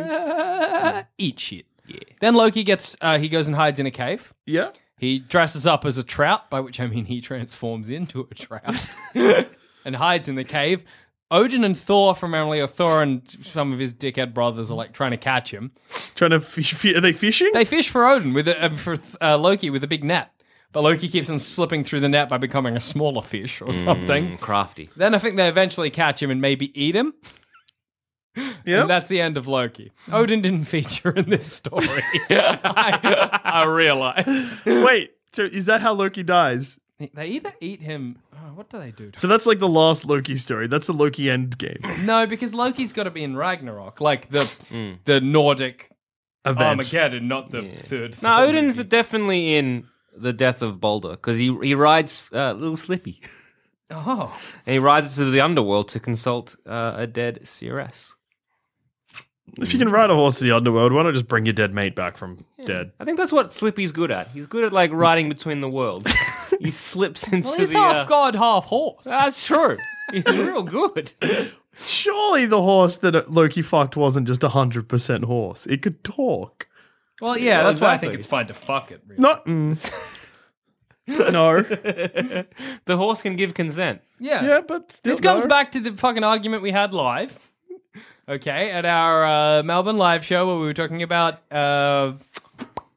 S4: Eat shit. Yeah. Then Loki gets, uh, he goes and hides in a cave.
S3: Yeah.
S4: He dresses up as a trout, by which I mean he transforms into a trout and hides in the cave. Odin and Thor from Emily, or Thor and some of his dickhead brothers are like trying to catch him.
S3: Trying to fish. fi- Are they fishing?
S4: They fish for Odin with a, uh, for uh, Loki with a big net, but Loki keeps on slipping through the net by becoming a smaller fish or something.
S2: Mm, Crafty.
S4: Then I think they eventually catch him and maybe eat him.
S3: yeah.
S4: And that's the end of Loki. Odin didn't feature in this story. I, I realize
S3: Wait. So is that how Loki dies?
S4: they either eat him. Oh, what do they do? to
S3: So that's like the last Loki story. That's the Loki end game
S4: No, because Loki's got to be in Ragnarok, like the the Nordic
S3: event.
S4: Armageddon, not the third.
S2: No,
S4: Thor
S2: Odin's
S4: movie.
S2: definitely in the death of Boulder because he he rides uh, little Slippy
S4: Oh,
S2: and he rides to the underworld to consult uh, a dead seeress.
S3: If you can ride a horse to the underworld, why not just bring your dead mate back from dead?
S2: I think that's what Slippy's good at. He's good at like riding between the worlds. he slips into
S4: well, he's
S2: the.
S4: half
S2: uh,
S4: god, half horse.
S2: That's true. He's real good.
S3: Surely the horse that Loki fucked wasn't just hundred percent horse. It could talk.
S4: well, yeah,
S2: well,
S4: that's why I
S2: exactly.
S4: think it's fine to fuck it. Really.
S3: No. mm. no.
S2: The horse can give consent.
S4: Yeah,
S3: Yeah, but still.
S4: this comes
S3: no.
S4: back to the fucking argument we had live. Okay, at our uh, Melbourne live show where we were talking about uh,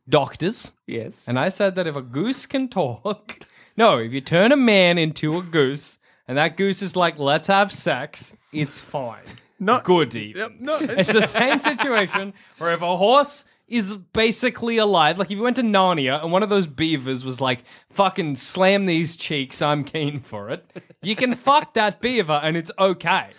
S4: doctors.
S2: Yes.
S4: And I said that if a goose can talk, no, if you turn a man into a goose and that goose is like, let's have sex, it's fine.
S3: No.
S4: Goody.
S3: Yep, no.
S4: It's the same situation where if a horse is basically alive, like if you went to Narnia and one of those beavers was like, fucking slam these cheeks, I'm keen for it, you can fuck that beaver and it's okay.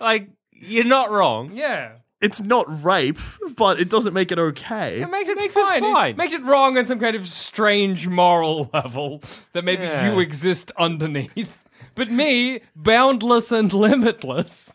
S2: Like you're not wrong.
S4: Yeah.
S3: it's not rape, but it doesn't make it okay.
S4: It makes it,
S2: Makes it
S4: fine.
S2: fine.
S4: makes it wrong on some kind of strange moral level that maybe
S2: Yeah.
S4: you exist underneath. But me, boundless and limitless,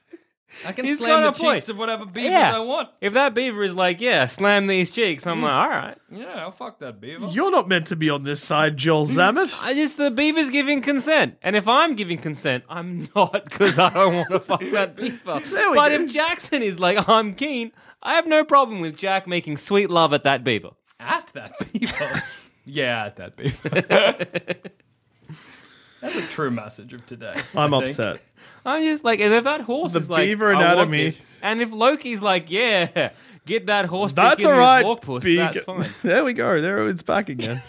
S4: I can
S2: He's
S4: slam the
S2: got a point.
S4: cheeks of whatever beavers
S2: Yeah.
S4: I want.
S2: If that beaver is like, yeah, slam these cheeks, I'm like, all right.
S4: Yeah, I'll fuck that beaver.
S3: You're not meant to be on this side, Joel
S4: Mm.
S3: Zammett.
S2: I just the beaver's giving consent, and if I'm giving consent, I'm not because I don't want to fuck that beaver.
S3: we
S2: but
S3: go.
S2: if Jackson is like, I'm keen, I have no problem with Jack making sweet love at that beaver.
S4: At that beaver. yeah, at that beaver. That's a true message of today. I
S3: I'm
S4: think.
S3: upset.
S2: I'm just like, and if that horse
S3: The
S2: is like,
S3: beaver
S2: "I want
S3: anatomy."
S2: this," and if Loki's like, yeah, get that horse, to
S3: That's
S2: give
S3: all
S2: me
S3: right.
S2: pork puss,
S3: big-
S2: that's fine.
S3: There we go. There it's back again.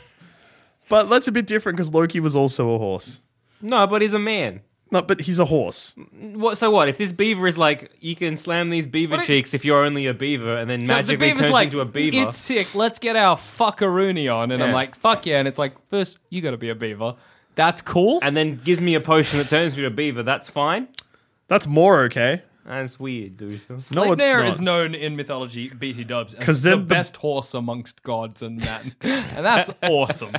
S3: But that's a bit different because Loki was also a horse.
S2: No, but he's a man.
S3: No, but he's a horse.
S2: What? So what? If this beaver is like, you can slam these beaver
S4: But it's-
S2: cheeks if you're only a beaver, and then
S4: So if
S2: magically turns
S4: like,
S2: into a beaver.
S4: It's sick. Let's get our fuckaroony on, and I'm
S2: Yeah.
S4: like, fuck yeah, and it's like, first you got to be a beaver. That's cool.
S2: and then gives me a potion that turns me to a beaver. That's fine.
S3: That's more okay.
S2: That's weird, dude.
S3: No, it's
S4: Sleipnir
S3: not.
S4: is known in mythology, BT Dubs, as
S3: 'Cause
S4: the,
S3: then the-
S4: best horse amongst gods and that. and that's awesome.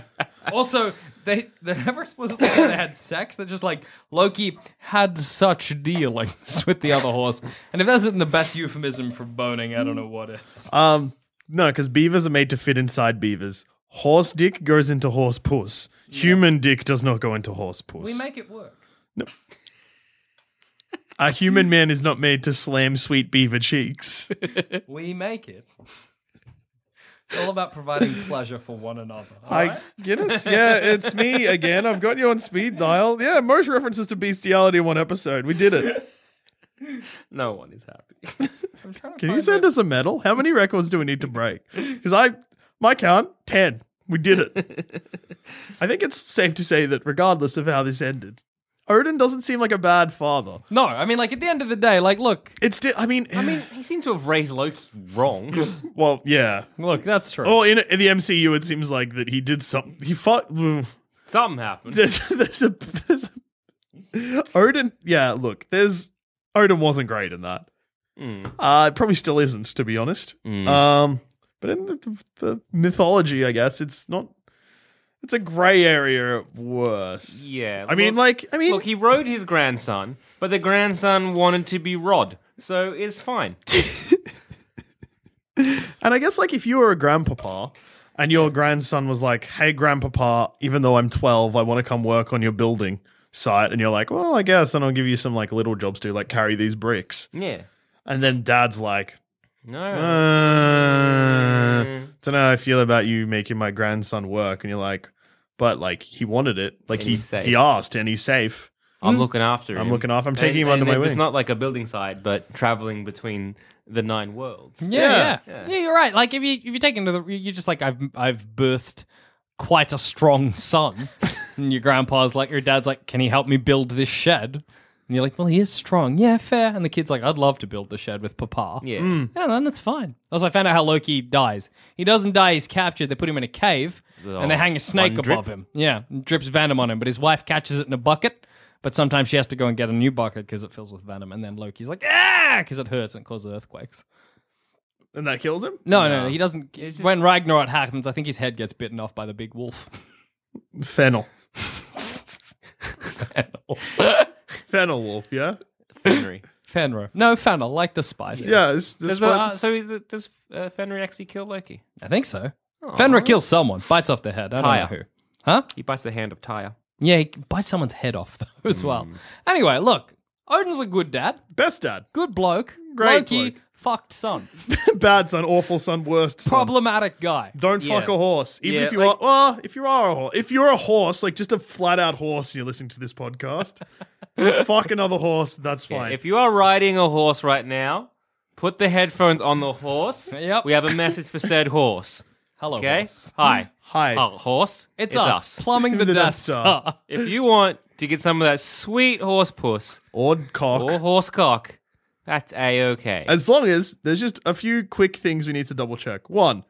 S4: Also, they, they never explicitly said they had sex. They're just like, Loki had such dealings with the other horse. And if that isn't the best euphemism for boning, I don't know what is.
S3: Um, no, because beavers are made to fit inside beavers. Horse dick goes into horse puss. Human dick does not go into horse puss.
S4: we make it work.
S3: a human man is not made to slam sweet beaver cheeks.
S4: We make it. It's all about providing pleasure for one another.
S3: I Guinness, yeah, it's me again. I've got you on speed dial. Yeah, most references to bestiality in one episode. We did it.
S2: no one is happy.
S3: Can you send us a medal? How many records do we need to break? Because I, my count, ten. We did it. I think it's safe to say that regardless of how this ended, Odin doesn't seem like a bad father.
S4: No, I mean, like at the end of the day, like, look,
S3: It's still, I mean,
S2: I mean, he seems to have raised Loki wrong.
S3: well, yeah.
S4: look, that's true.
S3: Well, in, in the MCU, it seems like that he did something. He fought. mm,
S2: Something happened.
S3: There's, there's a there's a, Odin. Yeah, look, there's Odin wasn't great in that.
S2: Hmm.
S3: Uh, it probably still isn't, to be honest. Um, but in the, the mythology, I guess it's not. It's a grey area at worst.
S2: Yeah,
S3: I mean,
S2: look-
S3: like, I mean,
S2: Look, he rode his grandson, but the grandson wanted to be Rod, so it's fine.
S3: And I guess like if you were a grandpapa and your grandson was like, "Hey, grandpapa, even though I'm 12, I want to come work on your building site," and you're like, "Well, I guess," and I'll give you some like little jobs to like carry these bricks,
S2: Yeah.
S3: and then dad's like,
S2: No.
S3: uh, "Don't know how I feel about you making my grandson work," and you're like, "But like he wanted it, like
S2: And
S3: he
S2: he's safe.
S3: he asked, and he's safe."
S2: I'm looking after him.
S3: hmm. I'm looking after- I'm taking him
S2: and,
S3: under
S2: and
S3: my
S2: It's
S3: wing.
S2: not like a building site, but traveling between the nine worlds.
S3: Hmm.
S4: Yeah, yeah,
S2: Yeah.
S4: yeah. You're right. Like if you if you take into the you're just like I've I've birthed quite a strong son, and your grandpa's like your dad's like, can he help me build this shed? And you're like, well, he is strong. Yeah, fair. And the kid's like, I'd love to build the shed with Papa.
S2: Yeah.
S3: Hmm.
S4: Yeah, then it's fine. Also, I found out how Loki dies. He doesn't die. He's captured. They put him in a cave, and they hang a snake
S2: one drip?
S4: above him. Yeah, and drips venom on him. But his wife catches it in a bucket. But sometimes she has to go and get a new bucket because it fills with venom. And then Loki's like, ah, because it hurts and it causes earthquakes.
S3: And that kills him.
S4: No, no, no, he doesn't. When Ragnarok happens, I think his head gets bitten off by the big wolf.
S3: Fennel. Fennel wolf, yeah,
S2: Fenry.
S4: Fenrir. No, Fennel, like the spice.
S3: yeah. It's,
S2: Does,
S3: this
S2: the, uh,
S3: one's-
S2: so is it, does uh, Fenry actually kill Loki?
S4: I think so. Fenrir kills someone, bites off their head. I don't
S2: Tyr.
S4: know who. Huh?
S2: He bites the hand of Tyre.
S4: Yeah, he bites someone's head off, though, as well. Anyway, look, Odin's a good dad,
S3: best dad.
S4: good bloke.
S3: Great
S4: Loki,
S3: bloke.
S4: fucked son.
S3: bad son, awful son, worst son.
S4: Problematic guy.
S3: Don't
S2: Yeah.
S3: fuck a horse, even
S2: Yeah,
S3: if you
S2: like-
S3: are. Well, if you are a horse, if you're a horse, like just a flat out horse, and you're listening to this podcast, fuck another horse. That's fine.
S2: If you are riding a horse right now, put the headphones on the horse.
S4: Yep.
S2: We have a message for said horse.
S4: Hello,
S2: Okay.
S4: boss.
S2: Hi.
S3: Oh, Hi.
S2: Oh, horse.
S4: It's, us, plumbing the,
S3: The
S4: Death
S3: Death
S4: Star.
S3: Star.
S2: If you want to get some of that sweet horse puss
S3: or cock.
S2: or horse cock, that's a okay.
S3: As long as there's just a few quick things we need to double check. One,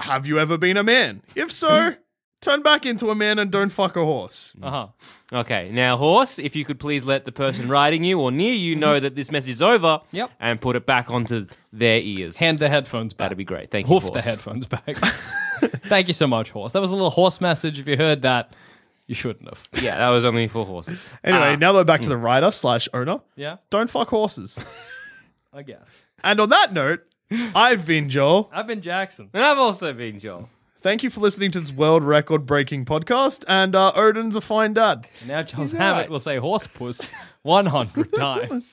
S3: have you ever been a man? If so, turn back into a man and don't fuck a horse.
S4: Uh huh.
S2: Okay, now horse, if you could please let the person riding you or near you know that this message is over,
S4: Mm-hmm. Yep.
S2: and put it back onto their ears.
S4: Hand the headphones back.
S2: That'd be great. Thank
S4: Hoof
S2: you.
S4: the
S2: Horse.
S4: headphones back. Thank you so much, horse. That was a little horse message. If you heard that, you shouldn't have.
S2: Yeah, that was only for horses.
S3: Anyway, now we're back to the rider slash owner.
S4: Yeah,
S3: Don't fuck horses.
S4: I guess.
S3: and on that note, I've been Joel.
S4: I've been Jackson.
S2: And I've also been Joel.
S3: Thank you for listening to this world record breaking podcast. And uh, Odin's a fine dad.
S4: And now Charles
S2: all
S4: Hammett
S2: right.
S4: will say horse puss 100 times.